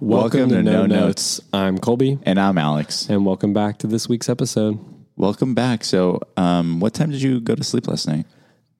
Welcome, to, No Notes. I'm Colby, And I'm Alex. and welcome back to this week's episode. Welcome back. So, um, what time did you go to sleep last night?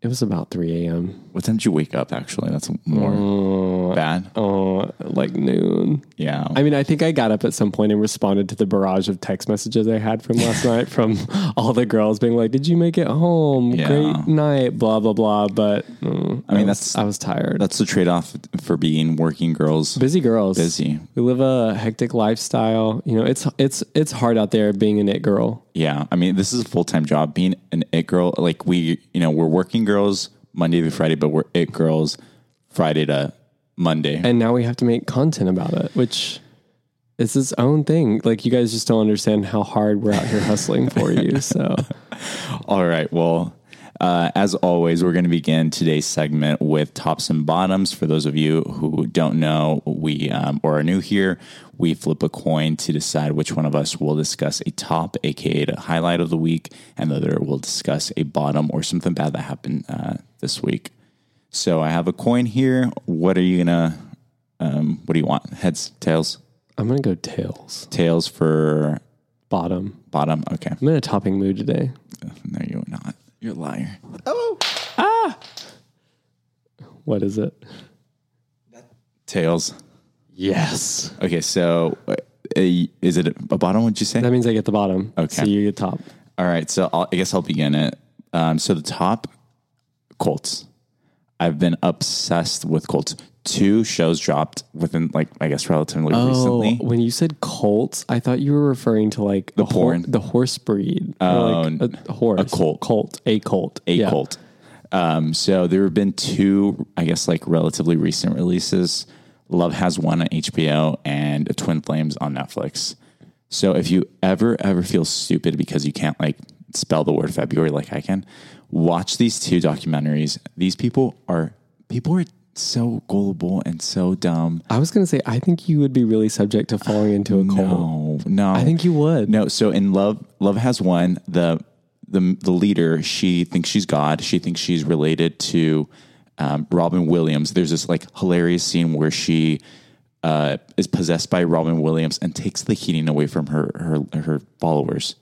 It was about 3 a.m. What time did you wake up, actually? That's more bad. Oh, like noon. Mm. Yeah. I mean, I think I got up at some point and responded to the barrage of text messages I had from last night from all the girls being like, "Did you make it home? Yeah. Great night." Blah blah blah. But mm, I, mean, was- that's- I was tired. That's the trade off for being working girls. busy girls. Busy. We live a hectic lifestyle. You know, it's it's it's hard out there being an it girl. Yeah. I mean, this is a full time job. Being an it girl, like we, you know, we're working girls Monday to Friday, but we're it girls Friday to Monday. and now we have to make content about it, which is its own thing. Like you guys just don't understand how hard we're out here hustling for you. So All right. Well, uh, as always, we're going to begin today's segment with tops and bottoms. For those of you who don't know, we um, or are new here, we flip a coin to decide which one of us will discuss a top, aka the highlight of the week, and the other will discuss a bottom or something bad that happened uh, this week. So I have a coin here. What are you gonna? Um, what do you want? Heads, tails, I'm gonna go tails tails for bottom. bottom. Okay, I'm in a topping mood today. no, you're not. You're a liar. What is it? Tails. Yes, Okay, so uh, is it a bottom? Would you say? that means I get the bottom. Okay. so you get top. All right, so I'll, I guess I'll begin it. Um, so the top Colts. I've been obsessed with Colts. Two shows dropped within, like, I guess, relatively Oh, recently. when you said Colts, I thought you were referring to like the porn. the horse breed, oh, like a horse, a colt. colt, a colt, A Colt. Um, so there have been two, I guess, like relatively recent releases. Love has one on HBO and Twin Flames on Netflix. So if you ever ever feel stupid because you can't like spell the word February like I can, watch these two documentaries. These people are people are so gullible and so dumb. I was gonna say I think you would be really subject to falling into a colt. No, no. I think you would. No, so in love, love has one. The the the leader, she thinks she's God. She thinks she's related to um, Robin Williams. There's this like hilarious scene where she uh, is possessed by Robin Williams and takes the heating away from her her her followers.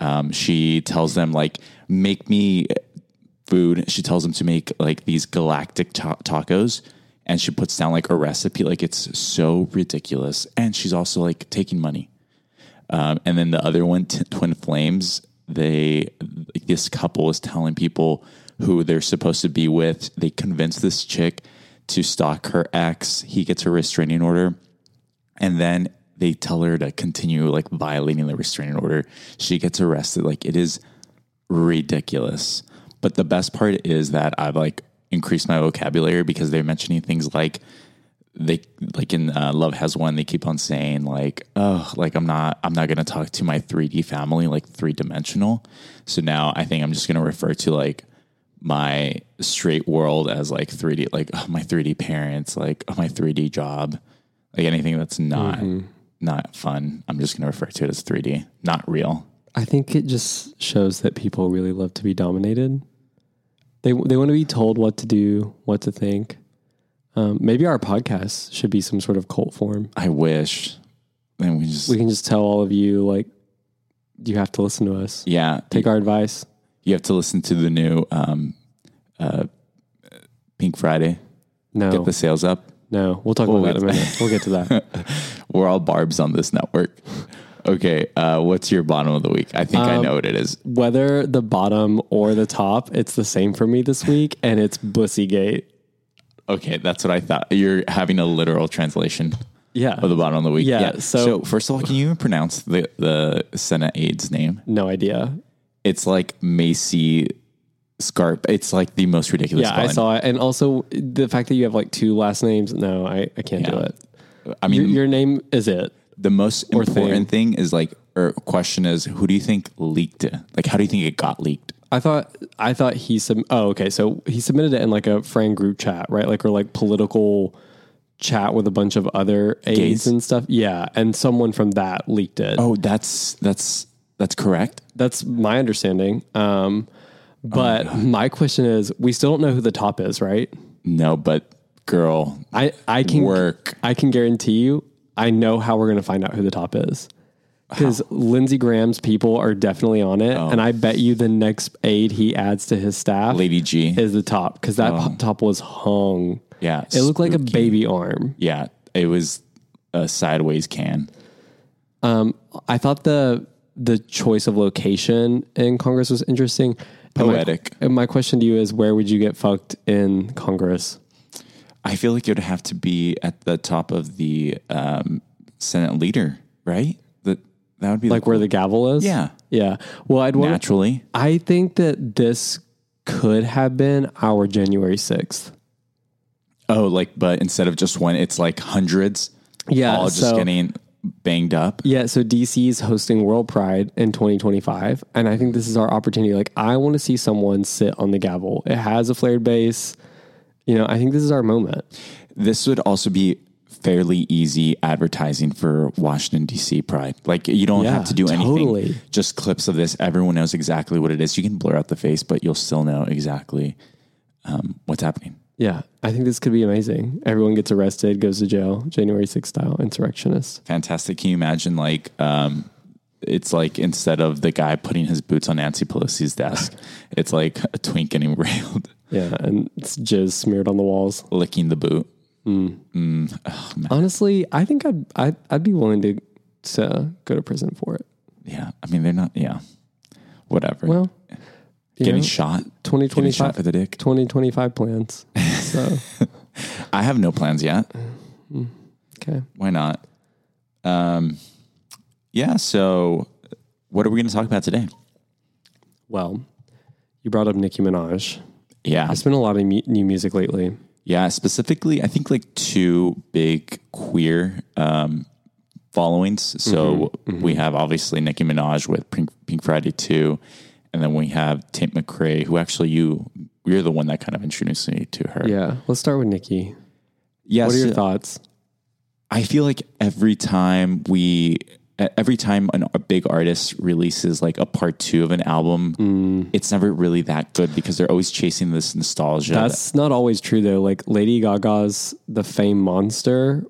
Um, she tells them like, make me food. She tells them to make like these galactic ta- tacos, and she puts down like a recipe. Like it's so ridiculous, and she's also like taking money. Um, and then the other one, t- Twin Flames, they like, this couple is telling people who they're supposed to be with. They convince this chick to stalk her ex. He gets a restraining order, and then they tell her to continue like violating the restraining order. She gets arrested. Like it is ridiculous. But the best part is that I've like increased my vocabulary because they're mentioning things like they like in uh, Love Has One, they keep on saying like, oh, like I'm not, I'm not gonna talk to my 3D family, like three dimensional. So now I think I'm just gonna refer to like my straight world as like 3D, like oh, my 3D parents, like oh, my 3D job, like anything that's not not fun. I'm just gonna refer to it as 3D, not real. I think it just shows that people really love to be dominated. They they want to be told what to do, what to think. Um, maybe our podcast should be some sort of cult form. I wish. And we just We can just tell all of you like you have to listen to us. yeah, Take our advice. you have to listen to the new um, uh, Pink Friday. Get No, the sales up. no, we'll talk about that in a minute. We'll get to that. We're all barbs on this network. Okay, uh, what's your bottom of the week? I think Um, I know what it is. Whether the bottom or the top, it's the same for me this week, and it's Bussygate. Okay, that's what I thought. You're having a literal translation Yeah, of the bottom of the week. Yeah, so- first of all, can you even pronounce the the Senate aide's name? no idea. It's like Macy Scarp. It's like the most ridiculous. Yeah, I spelling. saw it, and also the fact that you have like two last names. No, I, I can't do Yeah. it. I mean, Your, your name is it. the most important thing. is like, or question is, who do you think leaked it? Like, how do you think it got leaked? I thought I thought he sub. Oh, okay. So he submitted it in like a friend group chat, right? Like or like political chat with a bunch of other aides Gays? and stuff. Yeah, and someone from that leaked it. Oh, that's that's that's correct. That's my understanding. Um, but my question is, we still don't know who the top is, right? No, but girl, I I can Work. I can guarantee you I know how we're going to find out who the top is. Because Lindsey Graham's people are definitely on it. And I bet you the next aide he adds to his staff Oh. Lady G. is the top. Because that po- top was hung. yeah. It looked like a baby arm. Yeah. It was a sideways can. I thought the the choice of location in Congress was interesting. And my- Poetic. and my question to you is where would you get fucked in Congress? I feel like it would have to be at the top of the um, Senate leader, right? That that would be Like where the gavel is? Yeah. Yeah. Well, I'd want naturally. I think that this could have been our January 6th. Oh, like but instead of just one, it's like hundreds. Yeah, all just so- getting banged up. Yeah, so DC is hosting World Pride in 2025, and I think this is our opportunity. Like, I want to see someone sit on the gavel. It has a flared base. You know, I think this is our moment. This would also be fairly easy advertising for Washington D.C. Pride. Like you don't Yeah, have to do anything. totally. Just clips of this. Everyone knows exactly what it is. You can blur out the face, but you'll still know exactly um, what's happening. Yeah, I think this could be amazing. Everyone gets arrested, goes to jail, January 6th style insurrectionist. Fantastic. Can you imagine? Like. Um, it's like instead of the guy putting his boots on Nancy Pelosi's desk, it's like a twink getting railed, Yeah, and it's jizz smeared on the walls. licking the boot. Honestly, I think I'd I'd, I'd be willing to to go to prison for it. Yeah. I mean, they're not, yeah. Whatever. Well, you getting know, shot. Getting shot 2025, for the dick. 2025 plans. So, I have no plans yet. okay. Why not? Um, yeah. So, what are we going to talk about today? Well, you brought up Nicki Minaj. Yeah. It's been a lot of mu- new music lately. Yeah. Specifically, I think like two big queer um, followings. So, Mm-hmm. we have obviously Nicki Minaj with Pink, Pink Friday 2. And then we have Tate McRae, who actually you, you're the one that kind of introduced me to her. Yeah. Let's start with Nicki. Yes. What are your thoughts? I feel like every time we, e, every time an, a big artist releases like a part two of an album, it's never really that good because they're always chasing this nostalgia. That's not always true though. Like Lady Gaga's The Fame Monster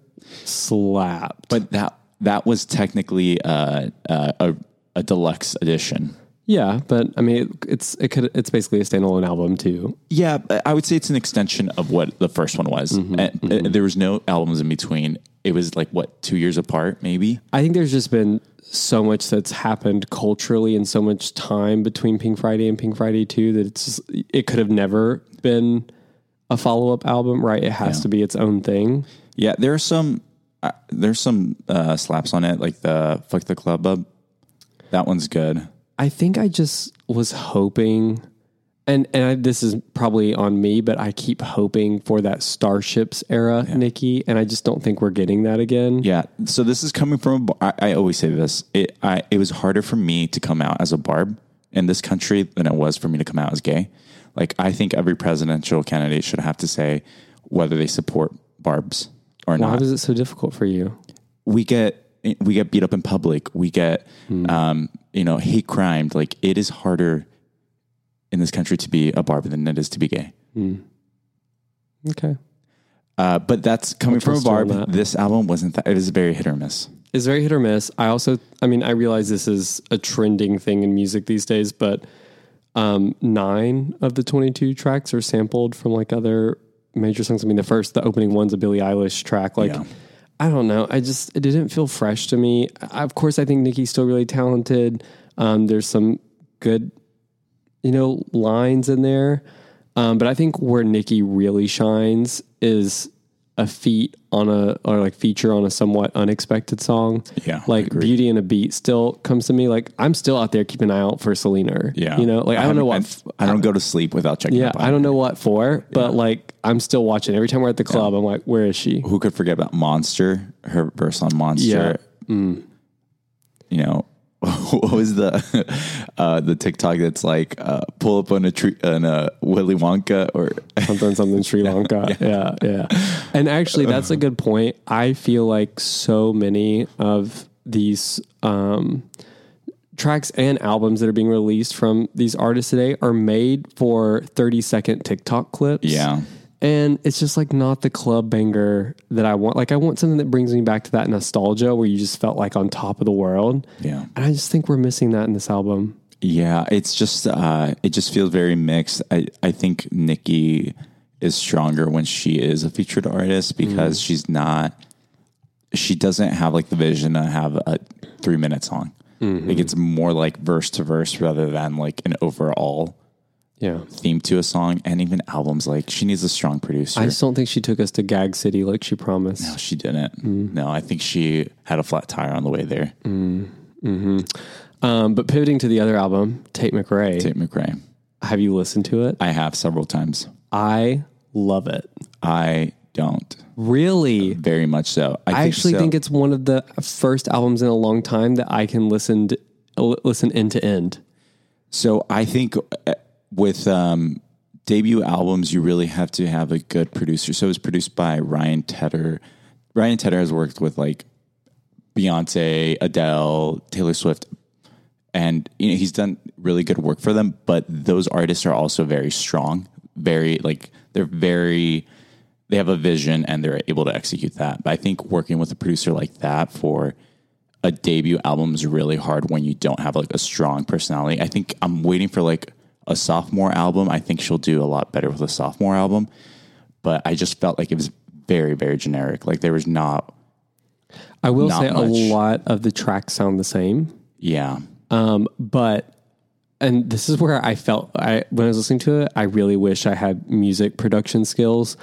slapped. but that that was technically uh, uh, a a deluxe edition. yeah, but I mean it, it's it could it's basically a standalone album too. Yeah, but I would say it's an extension of what the first one was. And, uh, there was no albums in between. It was like what two years apart, maybe. I think there's just been so much that's happened culturally and so much time between Pink Friday and Pink Friday 2 that it's just, it could have never been a follow-up album, right? It has to be its own thing. Yeah, there are some uh, there's some uh, slaps on it, like the "Fuck the Club Up." That one's good. I think I just was hoping, and and I, this is probably on me, but I keep hoping for that Starships era, Nikki, and I just don't think we're getting that again. Yeah. So this is coming from. A, I, I always say this. It I it was harder for me to come out as a barb in this country than it was for me to come out as gay. Like I think every presidential candidate should have to say whether they support barbs or Why not. was it so difficult for you? We get we get beat up in public. We get Hmm. um, you know hate crimed. Like it is harder in this country to be a barb than it is to be gay. Okay, Uh, but that's coming from a trust you on barb. that. This album wasn't that. It was very hit or miss. it's very hit or miss. I also, I mean, I realize this is a trending thing in music these days, but um, nine of the twenty-two tracks are sampled from like other major songs. I mean, the first, the opening one's a Billie Eilish track, like. Yeah. I don't know. I just it didn't feel fresh to me. I, of course, I think Nikki's still really talented. Um, there's some good, you know, lines in there, um, but I think where Nikki really shines is a feat on a or like feature on a somewhat unexpected song. Yeah, I like agree. Beauty and a Beat still comes to me. Like I'm still out there keeping an eye out for Selena. Yeah. you know, like I, don't know haven't- what. I, I don't go to sleep without checking. yeah, up on I it. don't know what for, but like I'm still watching. Every time we're at the club, I'm like, where is she? who could forget about Monster, her verse on Monster? You know, what was the uh, the TikTok that's like uh, pull up on a tree on a Willy Wonka or something something Sri Lanka. yeah. yeah, And actually, that's a good point. I feel like so many of these um, tracks and albums that are being released from these artists today are made for 30 second TikTok clips. Yeah. And it's just like not the club banger that I want. Like I want something that brings me back to that nostalgia where you just felt like on top of the world. Yeah. And I just think we're missing that in this album. Yeah, it's just uh, it just feels very mixed. I I think Nikki is stronger when she is a featured artist because she's not. She doesn't have like the vision to have a three minute song. Like it's more like verse to verse rather than like an overall Yeah. theme to a song and even albums. Like she needs a strong producer. I just don't think she took us to Gag City like she promised. no, she didn't. Mm. No, I think she had a flat tire on the way there. Um, but pivoting to the other album, Tate McRae, Tate McRae. have you listened to it? I have several times. I love it. I don't Really? very much so. I, I actually so. think it's one of the first albums in a long time that I can listen to, l- listen end to end. So I think uh, with um, debut albums, you really have to have a good producer. So it was produced by Ryan Tedder. Ryan Tedder has worked with like Beyonce, Adele, Taylor Swift, and you know he's done really good work for them. But those artists are also very strong, very like they're very they have a vision and they're able to execute that. But I think working with a producer like that for a debut album is really hard when you don't have like a strong personality. I think I'm waiting for like a sophomore album. I think she'll do a lot better with a sophomore album, but I just felt like it was very very generic. Like there was not I will Not say much. a lot of the tracks sound the same, yeah. um, but and this is where I felt I when I was listening to it, I really wish I had music production skills.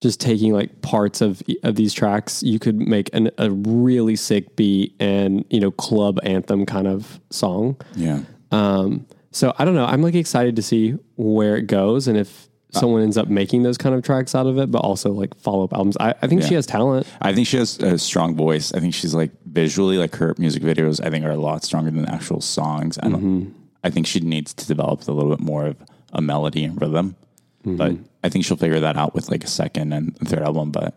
Just taking like parts of of these tracks, you could make an, a really sick beat and you know club anthem kind of song. Yeah. Um, so I don't know. I'm like excited to see where it goes and if someone ends up making those kind of tracks out of it, but also like follow up albums. I, I think she has talent. I think she has a strong voice. I think she's like visually like her music videos I think are a lot stronger than the actual songs. I don't I think she needs to develop a little bit more of a melody and rhythm. But I think she'll figure that out with like a second and third album, but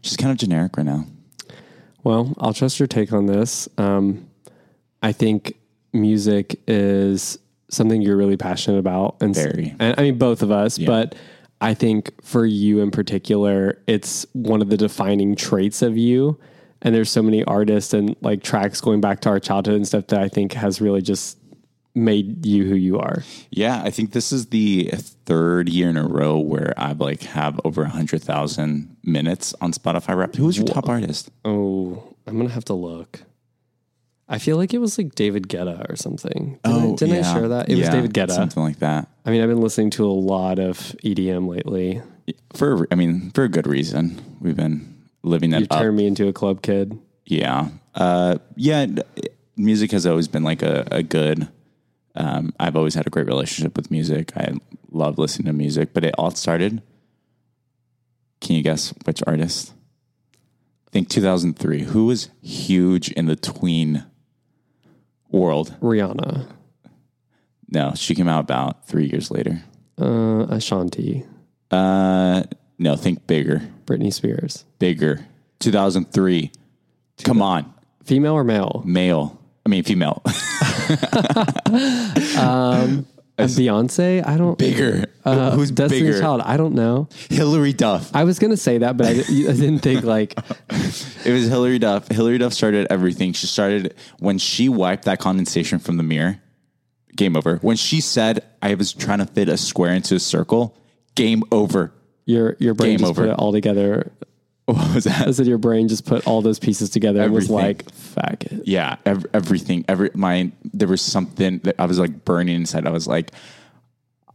she's kind of generic right now. Well, I'll trust your take on this. Um, I think music is something you're really passionate about, and s- Very. and I mean both of us, but I think for you in particular, it's one of the defining traits of you. And there's so many artists and like tracks going back to our childhood and stuff that I think has really just made you who you are. Yeah, I think this is the third year in a row where I've like have over hundred thousand minutes on Spotify Wrapped. Who was your top artist? Oh, I'm gonna have to look. I feel like it was like David Guetta or something. Didn't, I, Uh, didn't I Oh, yeah. share that? It was Yeah, David Guetta. something like that. I mean, I've been listening to a lot of EDM lately. For I mean, for a good reason. We've been living that You up. turned me into a club kid. Yeah, uh, yeah. d- Music has always been like a, a good. Um, I've always had a great relationship with music. I love listening to music, but it all started. Can you guess which artist? I think 2003. Who was huge in the tween world? Rihanna, No, she came out about three years later. uh, Ashanti, Uh, no, think bigger, Britney Spears. bigger. 2003. Come on, Female or male? male. I mean, female. Uh, Beyonce? I don't. bigger. Uh, Who's Destiny's bigger? Child? I don't know. Hillary Duff. I was gonna say that, but I, di- I didn't think like It was Hillary Duff. Hillary Duff started everything. She started when she wiped that condensation from the mirror. Game over. When she said, "I was trying to fit a square into a circle." Game over. your your brain Game just over. put it all together. What was that? I said your brain just put all those pieces together and was Everything. like, faggot. Yeah, ev- everything. Every my there was something that I was like burning inside. I was like,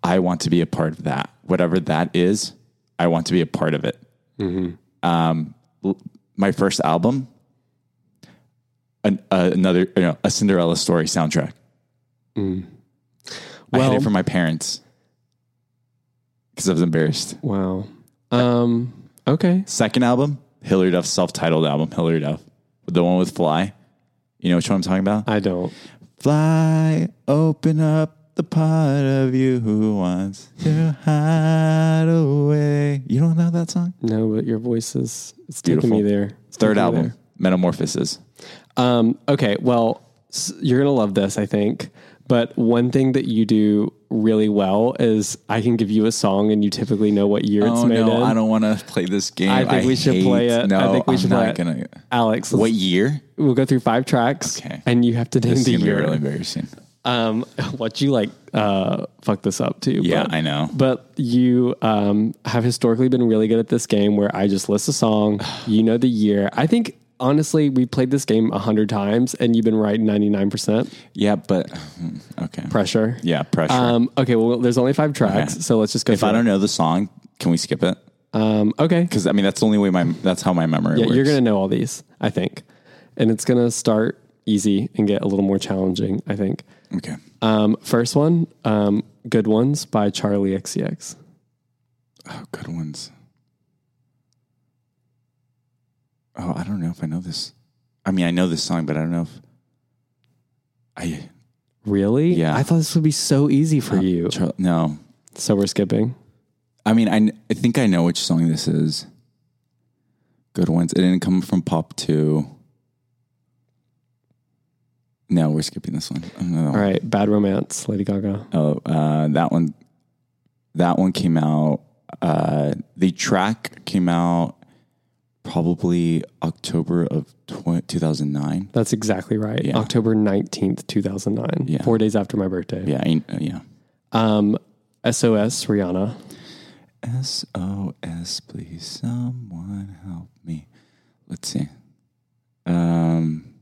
I want to be a part of that. Whatever that is, I want to be a part of it. Um, l- my first album, an, uh, another you know, a Cinderella story soundtrack. I had Well- it from my parents because I was embarrassed. Wow. Um. Okay. Second album, Hillary Duff's self-titled album, Hillary Duff, the one with Fly. You know which one I'm talking about? I don't. Fly, open up the part of you who wants to hide away. You don't know that song? No, but your voice is it's taking Beautiful. me there. It's Third taking me album, Metamorphosis. there. Um. Okay. Well, s- you're gonna love this, I think. But one thing that you do really well is I can give you a song and you typically know what year it's Oh made no, in. I don't want to play this game. I think we should hate- play it. No, I think we am should play not it. gonna. Alex, let's- What year? we'll go through five tracks Okay. and you have to name This is the gonna be year. really embarrassing. um, what you like uh, fuck this up too. Yeah, but- I know. But you um, have historically been really good at this game where I just list a song, you know the year. I think honestly, we played this game a hundred times and you've been right 99% Yeah, but hmm, okay. pressure. Yeah, pressure. Um, okay, well, there's only five tracks, Okay. so let's just go. if I don't know the song, can we skip it? um, okay, Because I mean, that's the only way my that's how my memory yeah, works. you're gonna know all these, I think, and it's gonna start easy and get a little more challenging, I think. okay. Um, first one, um, "Good Ones" by Charlie XCX. Oh, good ones. Oh, I don't know if I know this. I mean, I know this song, but I don't know if I. Really? Yeah. Uh, I thought this would be so easy for you. Char- no, So we're skipping. I mean, I, kn- I think I know which song this is. Good ones. It didn't come from Pop Two. No, we're skipping this one. I don't know that All right, "Bad Romance," Lady Gaga. Oh, uh, that one. That one came out. Uh, the track came out probably October of tw- 2009. That's exactly right. Yeah. October nineteenth, two thousand nine. Yeah. Four days after my birthday. Yeah, I, uh, yeah. Um, SOS, Rihanna. SOS, please, someone help me. Let's see. Um,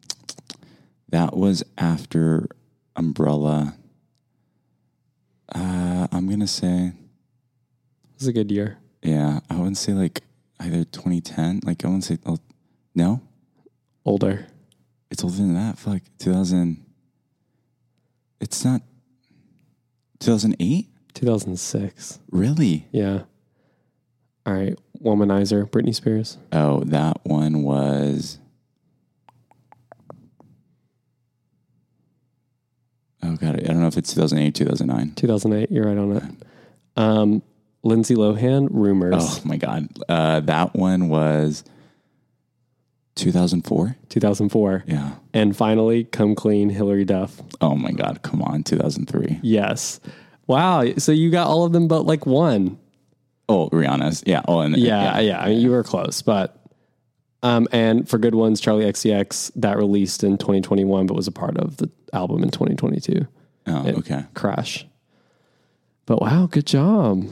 that was after Umbrella. Uh, I'm gonna say, This is a good year. yeah, I wouldn't say like either 2010. Like I wouldn't say, oh, no, Older. it's older than that. Fuck, 2000. It's not 2008. 2006. Really? Yeah. All right. Womanizer, Britney Spears. Oh, that one was. Oh god, I don't know if it's 2008, 2009. 2008. You're right on it. Um, Lindsay Lohan, Rumors. Oh my god, uh, that one was 2004. 2004. Yeah. And finally, Come Clean, Hillary Duff. Oh my god, come on, 2003. Yes. Wow. So you got all of them but like one. Oh, Rihanna's. Yeah. Oh, and Yeah. Yeah. I mean, you were close, but. Um, and for good ones, Charlie XCX that released in 2021, but was a part of the album in 2022. Oh, okay. crash. But wow, good job.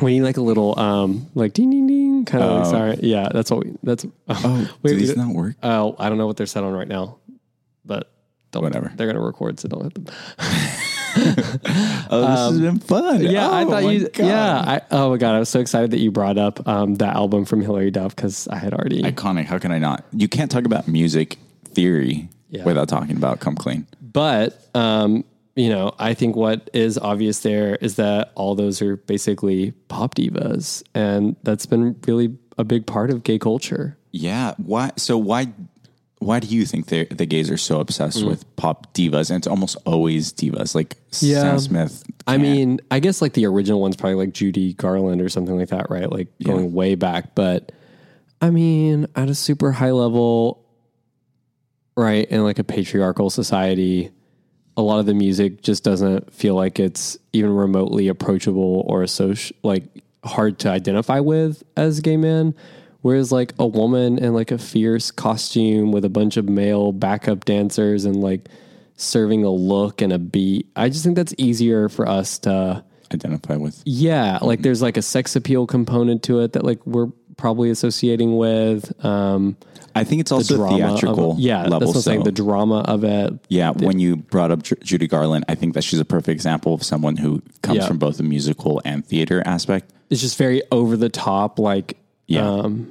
We need like a little um like ding ding ding kind of like sorry. Yeah, that's what we that's Oh, Wait, do we these don't- not work? oh I don't know what they're set on right now. But don't Whatever. They're gonna record, so don't hit them. Oh, this has been fun. um, Yeah, I Oh, thought my you God. Yeah, I oh my god, I was so excited that you brought up um that album from Hillary Duff because I had already Iconic. How can I not? You can't talk about music theory Yeah. without talking about "Come Clean." But um, you know, I think what is obvious there is that all those are basically pop divas, and that's been really a big part of gay culture. Yeah. Why? So why? Why do you think the the gays are so Mm. obsessed with pop divas? And it's almost always divas, like Yeah. Sam Smith. I mean, I guess like the original one's probably like Judy Garland or something like that, right? Like going way back. But I mean, at a super high level, right, in like a patriarchal society, a lot of the music just doesn't feel like it's even remotely approachable or associ- like hard to identify with as gay men. Whereas like a woman in like a fierce costume with a bunch of male backup dancers and like serving a look and a beat, I just think that's easier for us to identify with. yeah, like there's like a sex appeal component to it that like we're probably associating with um I think it's also drama of- theatrical. yeah, level. that's what I'm saying, so- the drama of it. yeah, when you brought up Ju- Judy Garland, I think that she's a perfect example of someone who comes Yeah. from both the musical and theater aspect. It's just very over the top like Yeah. um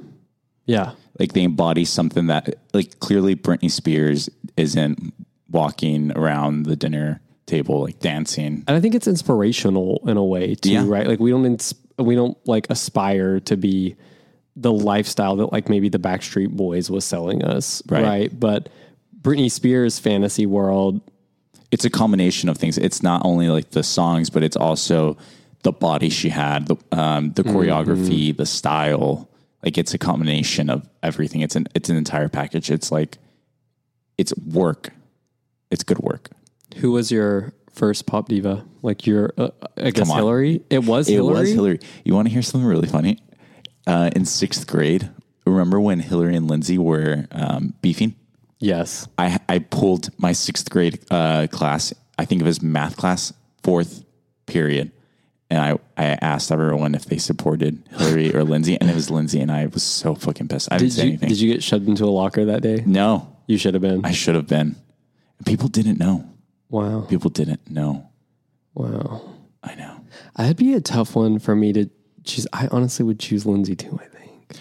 yeah. like they embody something that like clearly Britney Spears isn't walking around the dinner table like dancing. And I think it's inspirational in a way too, Yeah. right? Like we don't ins- we don't like aspire to be the lifestyle that like maybe the Backstreet Boys was selling us, Right. right? But Britney Spears' fantasy world, It's a combination of things. It's not only like the songs, but it's also the body she had, the um, the choreography, the style. Like it's a combination of everything. It's an it's an entire package. It's like it's work. It's good work. Who was your first pop diva? Like your, uh, I guess on. Hillary. It was It Hillary. was Hillary. You want to hear something really funny? Uh, in sixth grade, remember when Hillary and Lindsay were um, beefing? Yes. I I pulled my sixth grade uh, class. I think it was math class, fourth period, and I I asked everyone if they supported Hillary or Lindsay, and it was Lindsay, and I was so fucking pissed. I didn't Did say you, anything. did you get shoved into a locker that day? no, You should have been. I should have been. People didn't know. wow. People didn't know. Wow. I know. That'd be a tough one for me to choose. I honestly would choose Lindsay too, I think.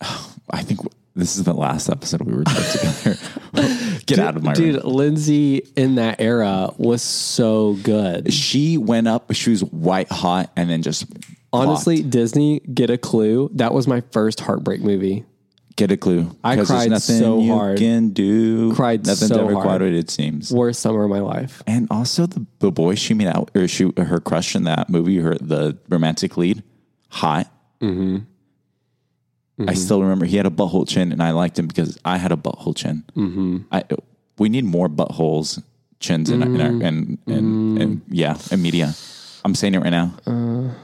I think w- this is the last episode we were together. Get out of my room. Dude, Lindsay in that era was so good. She went up. She was white hot, and then just Honestly, flopped. Disney, get a clue. That was my first heartbreak movie. get a clue. I 'Cause there's cried nothing so you hard. Can do Cried nothing's so ever hard. quite what it seems. Worst summer of my life. And also the, the boy she made out or she her crush in that movie, her the romantic lead, hot. Mm-hmm. I still remember he had a butthole chin, and I liked him because I had a butthole chin. Mm-hmm. I we need more buttholes chins in our, in, our, in, in, in yeah in media. I'm saying it right now. Uh,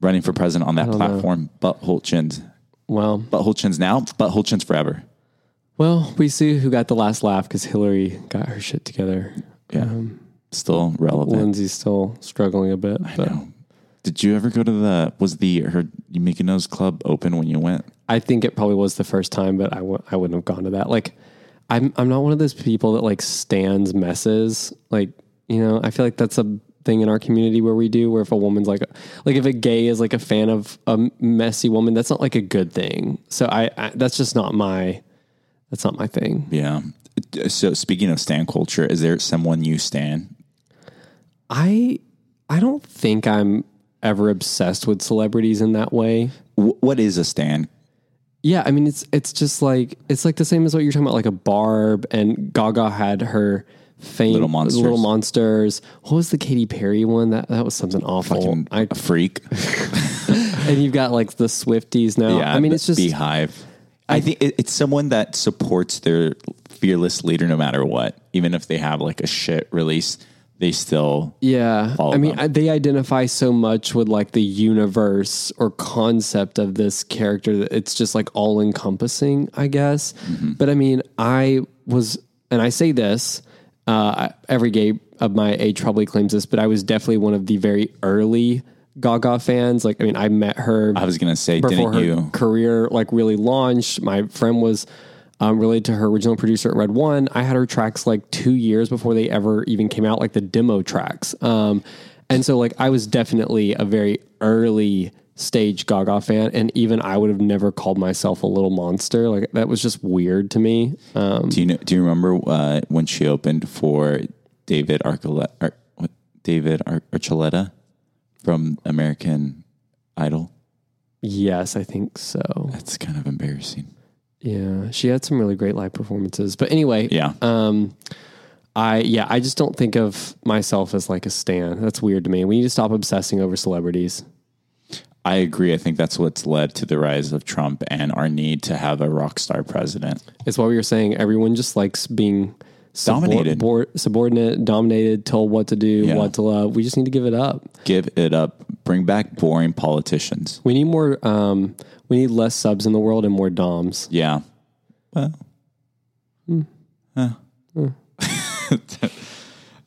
Running for president on that platform, butthole chins, Well, butthole chins now, butthole chins forever. well, we see who got the last laugh because Hillary got her shit together. Yeah, still relevant. Lindsay's still struggling a bit, but No. Did you ever go to the was the her Mykonos club open when you went? I think it probably was the first time, but I w- I wouldn't have gone to that. Like, I'm I'm not one of those people that like stands messes. Like, you know, I feel like that's a thing in our community where we do. Where if a woman's like, like if a gay is like a fan of a messy woman, that's not like a good thing. So I, I that's just not my that's not my thing. Yeah. So speaking of stan culture, is there someone you stan? I I don't think I'm ever obsessed with celebrities in that way. Wh- What is a stan? Yeah, I mean it's it's just like it's like the same as what you're talking about, like a Barb and Gaga had her fame Little Monsters. Little Monsters. What was the Katy Perry one? That that was something awful. Fucking I, a freak. and you've got like the Swifties now. I mean the it's just beehive. I think it, it's someone that supports their fearless leader no matter what. Even if they have like a shit release, they still yeah. Follow I mean them. I, they identify so much with like the universe or concept of this character that it's just like all encompassing, I guess. Mm-hmm. But I mean I was and I say this uh, I- every gay of my age probably claims this, but I was definitely one of the very early Gaga fans. Like, I mean, I met her I was gonna say, before didn't her you? career like really launched. My friend was um, related to her original producer at Red One. I had her tracks like two years before they ever even came out, like the demo tracks. Um, and so, like, I was definitely a very early stage Gaga fan, and even I would have never called myself a little monster. Like, that was just weird to me. Do you know, do you remember uh, when she opened for David Arcoletta, Ar- what? David Ar- Archuleta from American Idol? Yes, I think so. That's kind of embarrassing. Yeah, she had some really great live performances. But anyway, Yeah, Um, I yeah, I just don't think of myself as like a stan. That's weird to me. We need to stop obsessing over celebrities. I agree. I think that's what's led to the rise of Trump and our need to have a rock star president. It's what we were saying. Everyone just likes being subor- Dominated. bor- subordinate, dominated, told what to do, what to love. We just need to give it up. Give it up. Bring back boring politicians. We need more. Um, we need less subs in the world and more doms. Yeah. Well. Huh.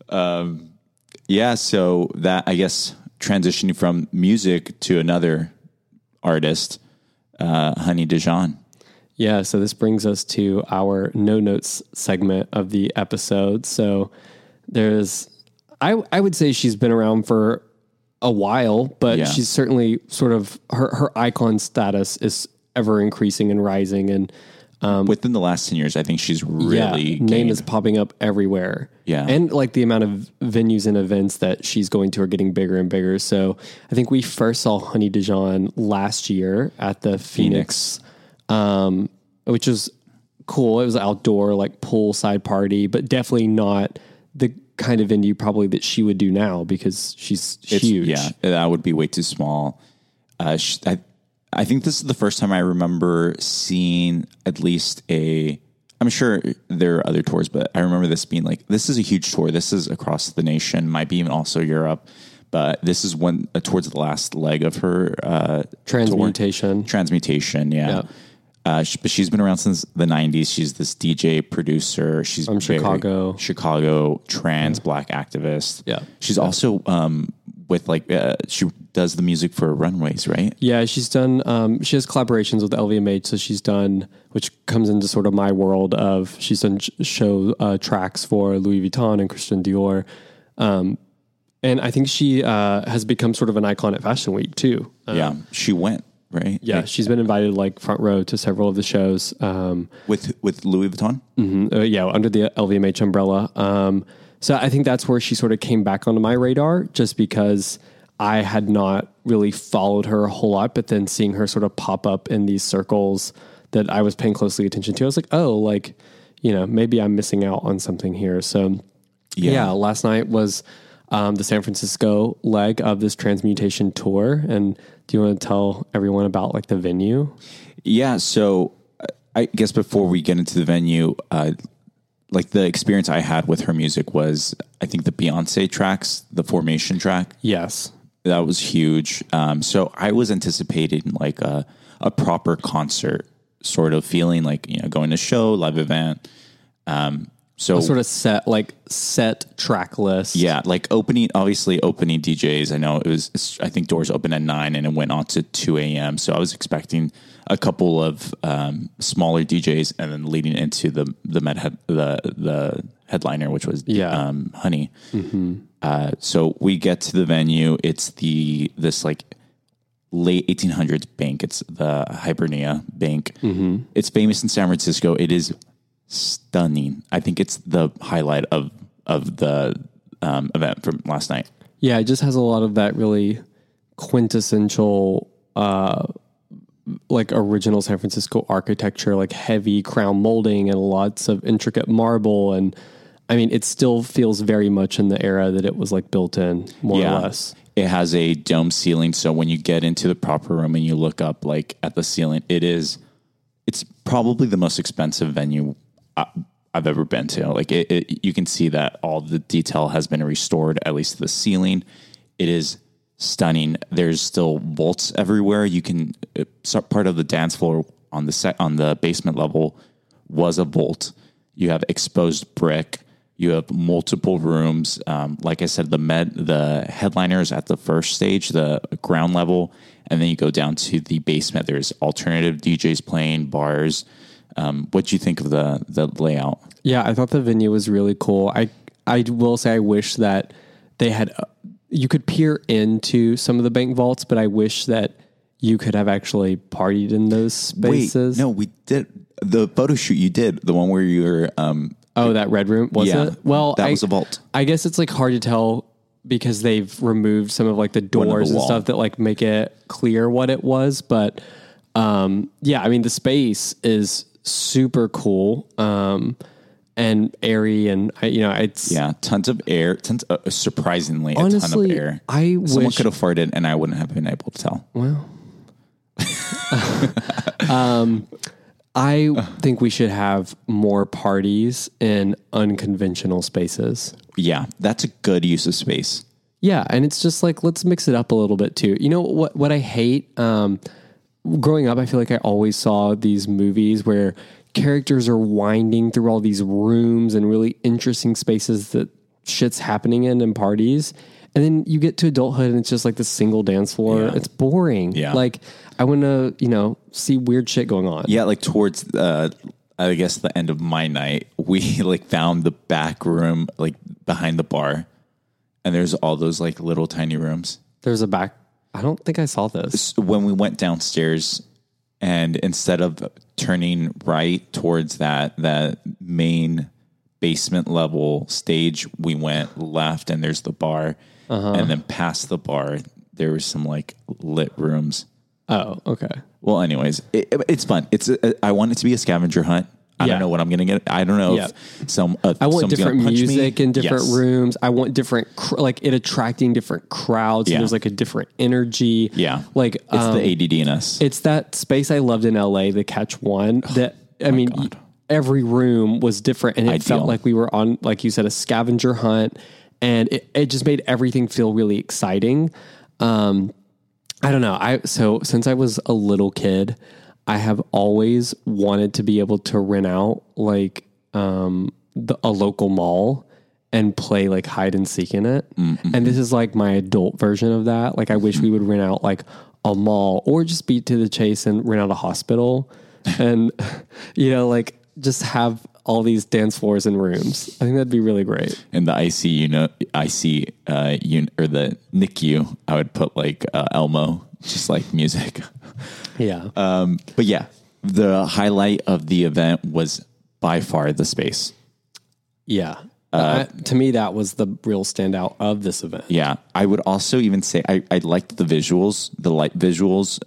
um, yeah. So that I guess transitioning from music to another artist, uh, Honey Dijon. Yeah. So this brings us to our no notes segment of the episode. So there's, I I would say she's been around for a while, but Yeah. she's certainly sort of her her icon status is ever increasing and rising, and Within the last ten years, I think she's really yeah, name gained- is popping up everywhere. Yeah. and like the amount of venues and events that she's going to are getting bigger and bigger. So I think we first saw Honey Dijon last year at the Phoenix, um, which was cool. It was outdoor, like poolside party, but definitely not the kind of venue probably that she would do now because she's huge. Yeah, that would be way too small. Uh, sh- I, I think this is the first time I remember seeing at least a I'm sure there are other tours, but I remember this being like this is a huge tour. This is across the nation, might be even also Europe. But this is when uh, towards the last leg of her uh, Transmutation. transmutation. Yeah. Yeah. Uh, sh- but she's been around since the '90s. She's this DJ producer. She's from Chicago. Chicago trans black activist. Yeah. she's also um, with like uh, she does the music for runways, right? Yeah, she's done. Um, she has collaborations with LVMH, so she's done, which comes into sort of my world of she's done sh- show uh, tracks for Louis Vuitton and Christian Dior, um, and I think she uh, has become sort of an icon at Fashion Week too. Uh, yeah, she went right. yeah, she's been invited like front row to several of the shows. Um, with with Louis Vuitton. uh, yeah, under the LVMH umbrella. Um, so I think that's where she sort of came back onto my radar, just because I had not really followed her a whole lot. But then seeing her sort of pop up in these circles that I was paying closely attention to, I was like, oh, like you know, maybe I'm missing out on something here. So yeah, last night was um, the San Francisco leg of this transmutation tour, and do you want to tell everyone about like the venue? Yeah. So uh, I guess before we get into the venue, uh, like the experience I had with her music was, I think the Beyonce tracks, the Formation track, Yes. that was huge. Um, so I was anticipating like a a proper concert sort of feeling, like you know, going to show, live event. Um, so Sort of set like set track list. yeah, like opening, obviously opening DJs. I know it was, it's- I think doors opened at nine and it went on to 2 a.m. So I was expecting a couple of um, smaller DJs and then leading into the, the med head, the, the headliner, which was Yeah. um, Honey. Uh, so we get to the venue. It's the, this like late 1800s bank. It's the Hibernia Bank. It's famous in San Francisco. It is stunning. I think it's the highlight of of the um, event from last night. Yeah, it just has a lot of that really quintessential, uh, like original San Francisco architecture, like heavy crown molding and lots of intricate marble. And I mean, it still feels very much in the era that it was like built in, more or less. It has a dome ceiling, so when you get into the proper room and you look up like at the ceiling, it is it's probably the most expensive venue I, I've ever been to. Like it, it, you can see that all the detail has been restored, at least the ceiling. It is stunning. There's still bolts everywhere. You can uh, so- part of the dance floor on the set on the basement level was a bolt. You have exposed brick. You have multiple rooms. Um, like I said, the med the headliner is at the first stage, the ground level, and then you go down to the basement. There's alternative DJs playing, bars. Um, what do you think of the the layout? Yeah, I thought the venue was really cool. I I will say I wish that they had uh, you could peer into some of the bank vaults, but I wish that you could have actually partied in those spaces. no, we did the photo shoot. You did the one where you're. Um, Oh, that red room was Yeah, it? Well, that I, was a vault. I guess it's like hard to tell because they've removed some of like the of the doors and wall. stuff that like make it clear what it was. But um, yeah, I mean the space is super cool um, and airy, and I, you know it's yeah, tons of air. Tons, uh, surprisingly, a ton honestly of air. I Someone wish could have farted, and I wouldn't have been able to tell. I think we should have more parties in unconventional spaces. Yeah, that's a good use of space. Yeah, and it's just like let's mix it up a little bit too. You know what? What I hate um, growing up, I feel like I always saw these movies where characters are winding through all these rooms and really interesting spaces that shit's happening in and parties. And then you get to adulthood and it's just like the single dance floor. It's boring. Yeah. Like I want to, you know, see weird shit going on. Yeah, like towards uh, I guess the end of my night, we like found the back room, like behind the bar, and there's all those like little tiny rooms. There's a back. I don't think I saw this. So when we went downstairs, and instead of turning right towards that that main basement level stage, we went left, and there's the bar, and then past the bar, there was some like lit rooms. Oh, okay. Well, anyways, it, it- it's fun. It's a, I want it to be a scavenger hunt. I Yeah. don't know what I'm gonna get. I don't know Yeah. if some. Uh, I want different music in different rooms. rooms. I want different, cr- like it attracting different crowds. Yeah. And there's like a different energy. Yeah, Like it's um, the ADD in us. Oh it's that space I loved in LA, the catch one that, I mean, y- every room was different, and it Ideal. felt like we were on, like you said, a scavenger hunt, and it, it just made everything feel really exciting. Um, I don't know. I so since I was a little kid, I have always wanted to be able to rent out like um the, a local mall and play like hide and seek in it. And this is like my adult version of that. Like I wish we would rent out like a mall or just beat to the chase and rent out a hospital and you know like just have all these dance floors and rooms. I think that'd be really great. in the IC unit, IC uh, un, or the NICU, I would put like uh, Elmo, just like music. Yeah. Um, but yeah, the highlight of the event was by far the space. yeah. I- to me that was the real standout of this event. Yeah, I would also even say I, I liked the visuals, the light visuals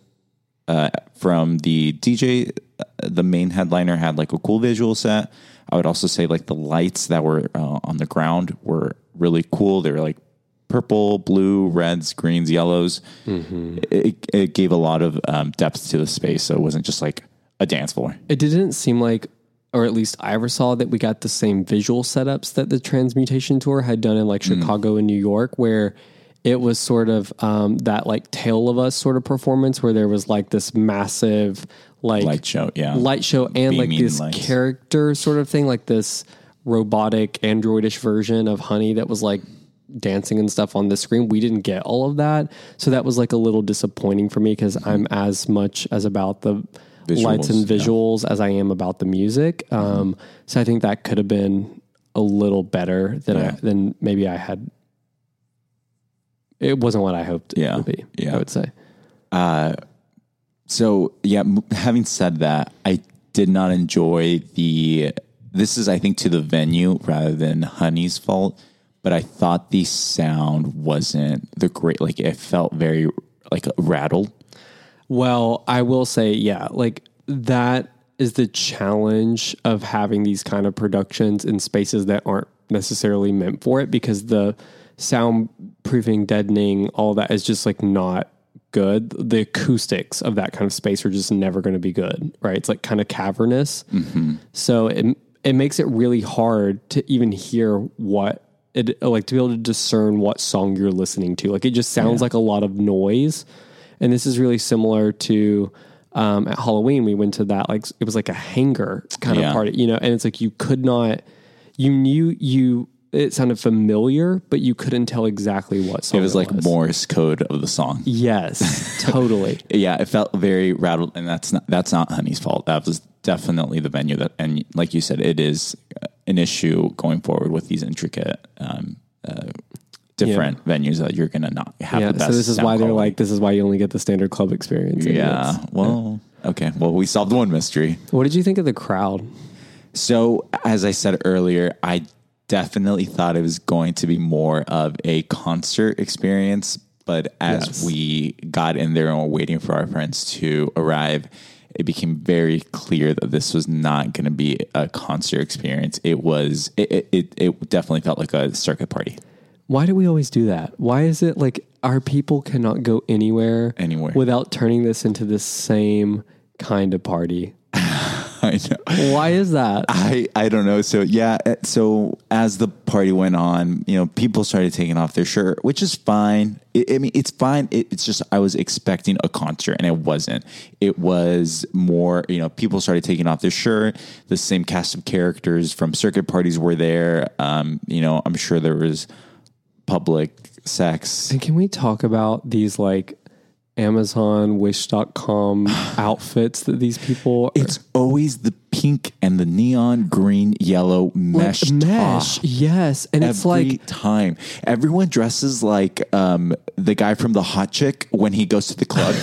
uh, from the DJ. uh, The main headliner had like a cool visual set. I would also say like the lights that were uh, on the ground were really cool. They were like purple, blue, reds, greens, yellows. It, it gave a lot of um, depth to the space, so it wasn't just like a dance floor. It didn't seem like, or at least I ever saw that we got the same visual setups that the Transmutation Tour had done in like Chicago and New York, where it was sort of um, that like Tale of Us sort of performance where there was like this massive like Light show, yeah. light show and like Beaming this lights. character sort of thing, like this robotic androidish version of Honey that was like dancing and stuff on the screen. We didn't get all of that, so that was like a little disappointing for me because I'm as much as about the lights and Mm-hmm. Visuals, yeah. Mm-hmm. visuals as I am about the music. Um, so I think that could have been a little better than I Yeah. than maybe I had. It wasn't what I hoped Yeah. it would be. Yeah. I would say. So yeah, m- having said that, I did not enjoy the. This is, I think, to the venue rather than Honey's fault, but I thought the sound wasn't the great. Like it felt very like rattled. Well, I will say, yeah, like that is the challenge of having these kind of productions in spaces that aren't necessarily meant for it because the soundproofing, deadening, all that is just like not good. The acoustics of that kind of space are just never going to be good, right? It's like kind of cavernous. So it it makes it really hard to even hear what it like to be able to discern what song you're listening to. Like it just sounds like a lot of noise, and this is really similar to um, at Halloween we went to that like it was like a hangar kind Yeah. of party, you know, and it's like you could not, you knew you. It sounded familiar, but you couldn't tell exactly what song It was like Morse code of the song. Yes, totally. Yeah, it felt very rattled, and that's not that's not Honey's fault. That was definitely the venue that, and like you said, it is uh, an issue going forward with these intricate. Um, uh, Different venues that you're gonna not have Yeah. the best. So this is sound why they're quality. like, this is why you only get the standard club experience. Yeah. Well, okay. Well, we solved one mystery. What did you think of the crowd? So, as I said earlier, I definitely thought it was going to be more of a concert experience. But as Yes. we got in there and were waiting for our friends to arrive, it became very clear that this was not going to be a concert experience. It was, it, it- it, it definitely felt like a circuit party. Why do we always do that? Why is it like our people cannot go anywhere Anywhere. without turning this into the same kind of party? I know. Why is that? I, I don't know. So yeah, uh, so as the party went on, you know, people started taking off their shirt, which is fine. I I mean, it's fine. It, it's just I was expecting a concert, and it wasn't. It was more, you know, people started taking off their shirt. The same cast of characters from circuit parties were there. Um, you know, I'm sure there was public sex. And can we talk about these like Amazon, Wish.com outfits that these people are- It's always the pink and the neon green, yellow mesh top. mesh? Yes, and it's every like time everyone dresses like um, the guy from the hot chick when he goes to the club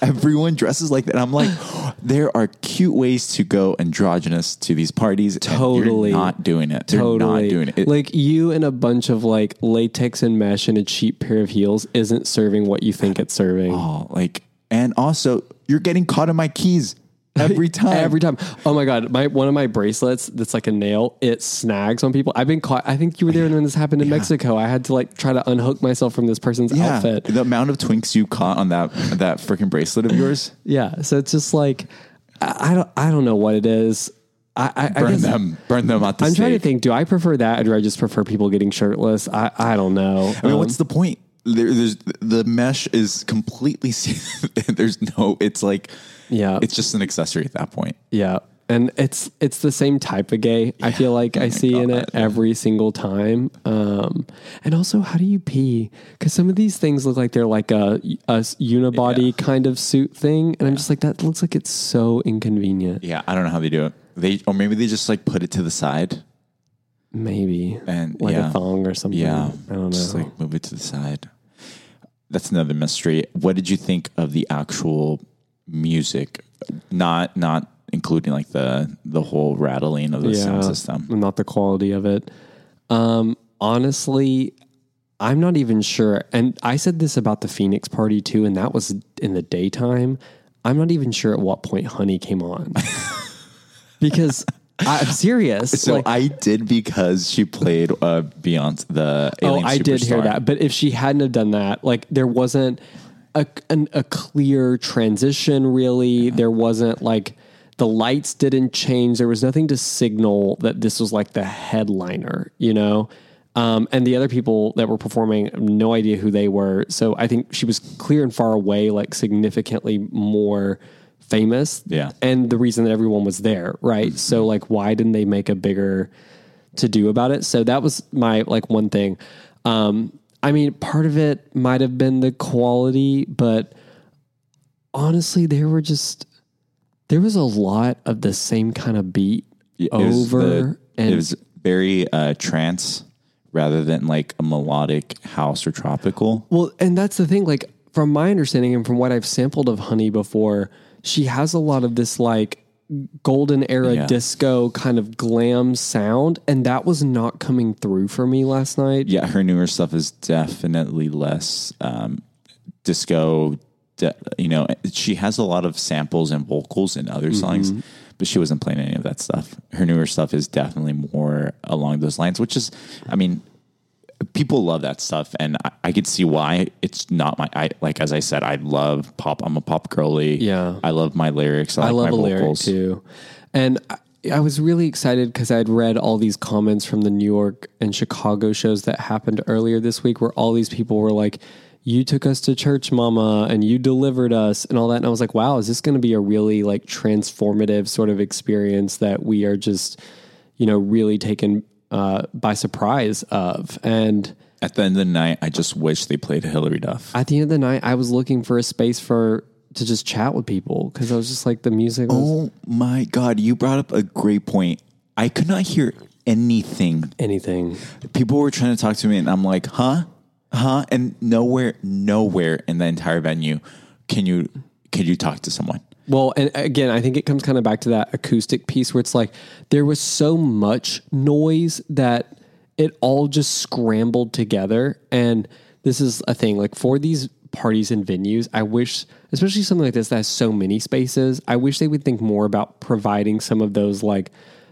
everyone dresses like that and i'm like there are cute ways to go androgynous to these parties and Totally. you're not doing it they're totally not doing it, It- like you and a bunch of like latex and mesh and a cheap pair of heels isn't serving what you think it's serving. oh, like and also you're getting caught in my keys every time Every time. Oh my god, my one of my bracelets that's like a nail, it snags on people. I've been caught. I think you were there when this happened in Mexico. I had to like try to unhook myself from this person's yeah, outfit. the amount of twinks you caught on that that freaking bracelet of yours Yeah. So it's just like I, I don't I don't know what it is. I, I, I burn guess them, burn them at the I'm stake. trying to think. Do I prefer that, or do I just prefer people getting shirtless? I, I don't know. I mean, Um, what's the point? There, there's the mesh is completely. there's no. It's like yeah, it's just an accessory at that point. yeah, and it's it's the same type of gay. I feel like Oh I see in it every single time. Um, and also, how do you pee? Because some of these things look like they're like a, a unibody kind of suit thing, and I'm just like, that looks like it's so inconvenient. Yeah, I don't know how they do it. They or maybe they just like put it to the side Maybe and like yeah, a thong or something. yeah, I don't know. Um, just like move it to the side. That's another mystery. What did you think of the actual music? Not not including like the the whole rattling of the sound system. Not the quality of it. Um, honestly, I'm not even sure. And I said this about the Phoenix party too, and that was in the daytime. I'm not even sure at what point Honey came on because I, am serious. So Like, I did because she played uh, Beyonce, the oh, alien I did hear superstar. that. But if she hadn't have done that, like there wasn't a an, a clear transition. Really, there wasn't like. The lights didn't change. There was nothing to signal that this was like the headliner, you know? Um, and the other people that were performing, no idea who they were. So I think she was clear and far away, like significantly more famous. Yeah. And the reason that everyone was there, right? So Mm-hmm. like why didn't they make a bigger to do about it? So that was my like one thing. Um I mean, part of it might have been the quality, but honestly, there were just there was a lot of the same kind of beat It was over the- and it was very uh, trance rather than like a melodic house or tropical. Well, and that's the thing. Like, from my understanding and from what I've sampled of Honey before, she has a lot of this like golden era Yeah. disco kind of glam sound. And that was not coming through for me last night. Yeah, her newer stuff is definitely less um, disco. De- you know, she has a lot of samples and vocals in other Mm-hmm. songs, but she wasn't playing any of that stuff. Her newer stuff is definitely more along those lines, which is, I mean, people love that stuff, and I, I could see why it's not my. I like as I said, I love pop. I'm a pop girly. Yeah. I love my lyrics. I, I like love a my lyric vocals. too. And I, I was really excited because I'd read all these comments from the New York and Chicago shows that happened earlier this week where all these people were like, you took us to church, mama, and you delivered us and all that. And I was like, wow, is this going to be a really like transformative sort of experience that we are just, you know, really taken uh, by surprise of? And At the end of the night, I just wish they played Hillary Duff. at the end of the night, I was looking for a space for to just chat with people because I was just like, the music was Oh my God, you brought up a great point. I could not hear anything. anything. People were trying to talk to me, and I'm like, huh? Huh? And nowhere, nowhere in the entire venue can you can you talk to someone. Well, and again, I think it comes kind of back to that acoustic piece where it's like there was so much noise that it all just scrambled together. And this is a thing like for these parties and venues, I wish, especially something like this that has so many spaces, I wish they would think more about providing some of those like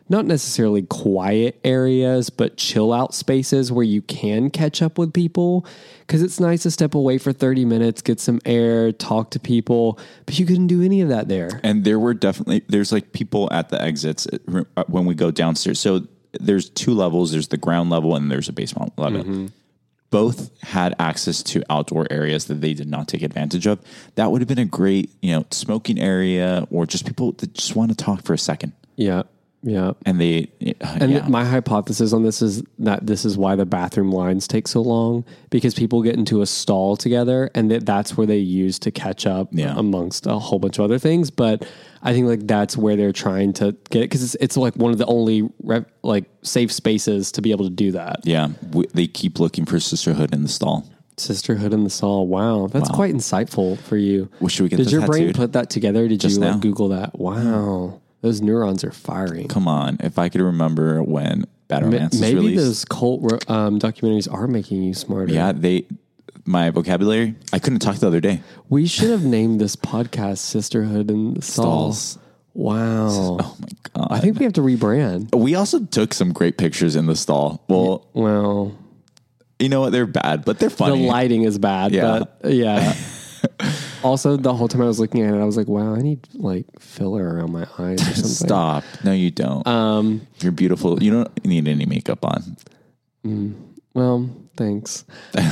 not necessarily quiet areas, but chill out spaces where you can catch up with people. Cause it's nice to step away for 30 minutes, get some air, talk to people, but you couldn't do any of that there. And there were definitely there's like people at the exits uh, when we go downstairs. So there's two levels. There's the ground level and there's a basement level. Mm-hmm. Both had access to outdoor areas that they did not take advantage of. That would have been a great, you know, smoking area or just people that just want to talk for a second. Yeah. Yeah. And they, uh, And yeah, my hypothesis on this is that this is why the bathroom lines take so long because people get into a stall together and that that's where they use to catch up Yeah. amongst a whole bunch of other things. But I think like that's where they're trying to get it because it's, it's like one of the only rep, like safe spaces to be able to do that. yeah, w- they keep looking for sisterhood in the stall. Sisterhood in the Soul. Wow, that's quite insightful for you. Well, should we get Did the your brain tattooed? put that together? Did you now. like Google that? Wow, those neurons are firing. Come on, if I could remember when Bad Romance was Maybe released. those cult ro- um, documentaries are making you smarter. yeah, they, my vocabulary, I couldn't talk the other day. We should have named this podcast Sisterhood in the Soul. Stalls. Wow. Oh my God. I think we have to rebrand. We also took some great pictures in the stall. Well, Well, you know what? They're bad, but they're the funny. lighting is bad, Yeah. but yeah. Also, the whole time I was looking at it, I was like, wow, I need like filler around my eyes or something. Stop. No, you don't. Um, You're beautiful. You don't need any makeup on. well, thanks.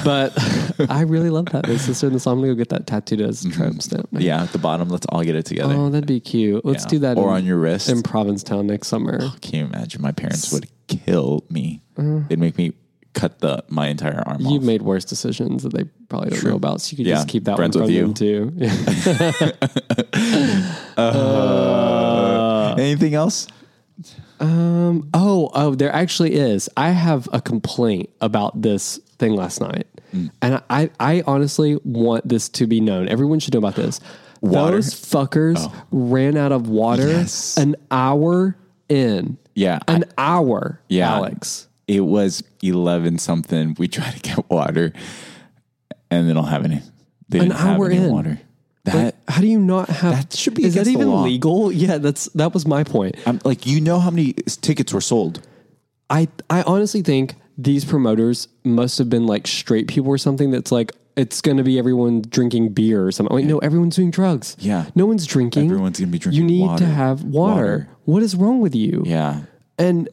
But I really love that big sister and this. I'm going to go get that tattooed as a tramp stamp. Mm-hmm. Yeah, at the bottom. Let's all get it together. Oh, that'd be cute. Let's Yeah. do that Or in, on your wrist. Oh, in Provincetown next summer. Can you imagine? My parents would kill me. Mm. They'd make me cut the my entire arm You've off. made worse decisions that they probably don't know about, so you could Yeah. just keep that Friends one with from you. them too. Yeah. Anything else? um, oh, oh, there actually is. I have a complaint about this thing last night, Mm. and I, I honestly want this to be known. Everyone should know about this. Water? Oh. Those fuckers ran out of water Yes. an hour in. Yeah, I- an hour. Yeah. Alex. It was eleven something. We tried to get water, and they don't have any. They An didn't have hour any in. water. That How do you not have? That should be Is that against the even law. legal? Yeah, that's that was my point. I'm like, you know how many tickets were sold? I I honestly think these promoters must have been like straight people or something that's like it's going to be everyone drinking beer or something. Like no, everyone's doing drugs. Yeah. No one's drinking. Everyone's gonna be You drinking need water. to have water. Water. What is wrong with you? Yeah, And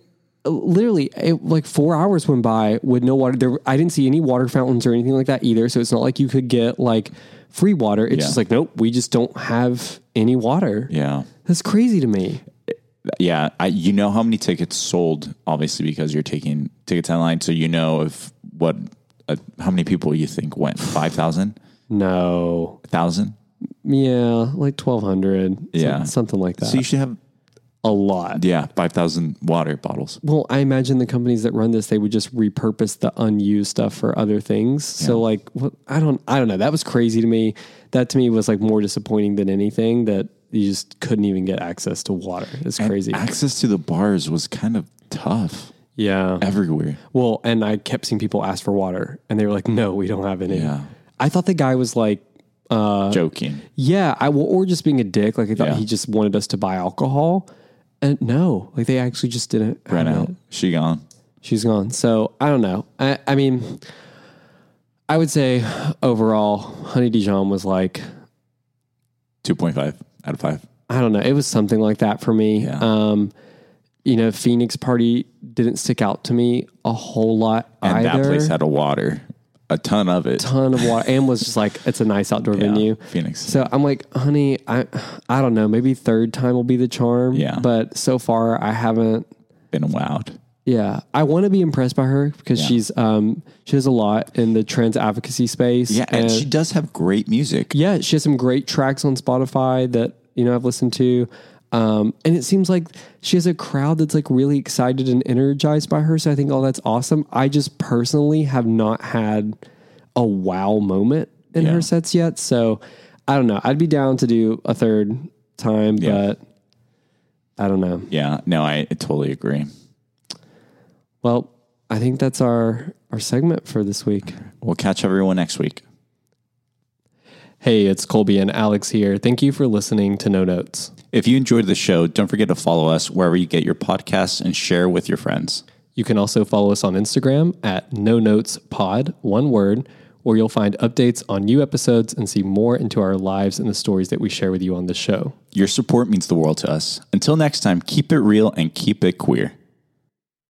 uh, literally it, like 4 hours went by with no water. There I didn't see any water fountains or anything like that either, so it's not like you could get like free water. It's Yeah. just like nope, we just don't have any water. yeah, That's crazy to me. yeah. I, you know how many tickets sold? Obviously, because you're taking tickets online, so you know if what, uh, how many people you think went? Five thousand, No. thousand. Yeah, like 1200. some- Yeah. something like that. So you should have a lot. yeah five thousand water bottles. Well, I imagine the companies that run this, they would just repurpose the unused stuff for other things. So like, what, I don't, I don't know. That was crazy to me. That to me was like more disappointing than anything that you just couldn't even get access to water. It's crazy. Access to the bars was kind of tough yeah. everywhere. Well, and I kept seeing people ask for water and they were like, no, we don't have any. Yeah. I thought the guy was like, Joking. yeah, I will, or just being a dick. Like I thought Yeah. he just wanted us to buy alcohol. And no, like they actually just didn't Ran have it. out. She gone. she's gone. So I don't know. I, I mean, I would say overall, Honey Dijon was like, Two point five out of five. I don't know. It was something like that for me. Yeah. Um, you know, Phoenix Party didn't stick out to me a whole lot And either. that place had a water, a ton of it. ton of water and was just like, it's a nice outdoor venue. Phoenix. So I'm like, honey, I, I don't know. Maybe third time will be the charm. Yeah. But so far, I haven't. Been wowed. Yeah, I want to be impressed by her because Yeah. she's um she does a lot in the trans advocacy space. Yeah, and, she does have great music. yeah, she has some great tracks on Spotify that you know I've listened to. Um, and it seems like she has a crowd that's like really excited and energized by her. So I think all that's awesome. I just personally have not had a wow moment in Yeah. her sets yet. So I don't know. I'd be down to do a third time, Yeah. but I don't know. Yeah, no, I, I totally agree. Well, I think that's our our segment for this week. We'll catch everyone next week. Hey, it's Colby and Alex here. Thank you for listening to No Notes. If you enjoyed the show, don't forget to follow us wherever you get your podcasts and share with your friends. You can also follow us on Instagram at No Notes Pod, one word, where you'll find updates on new episodes and see more into our lives and the stories that we share with you on the show. Your support means the world to us. Until next time, keep it real and keep it queer.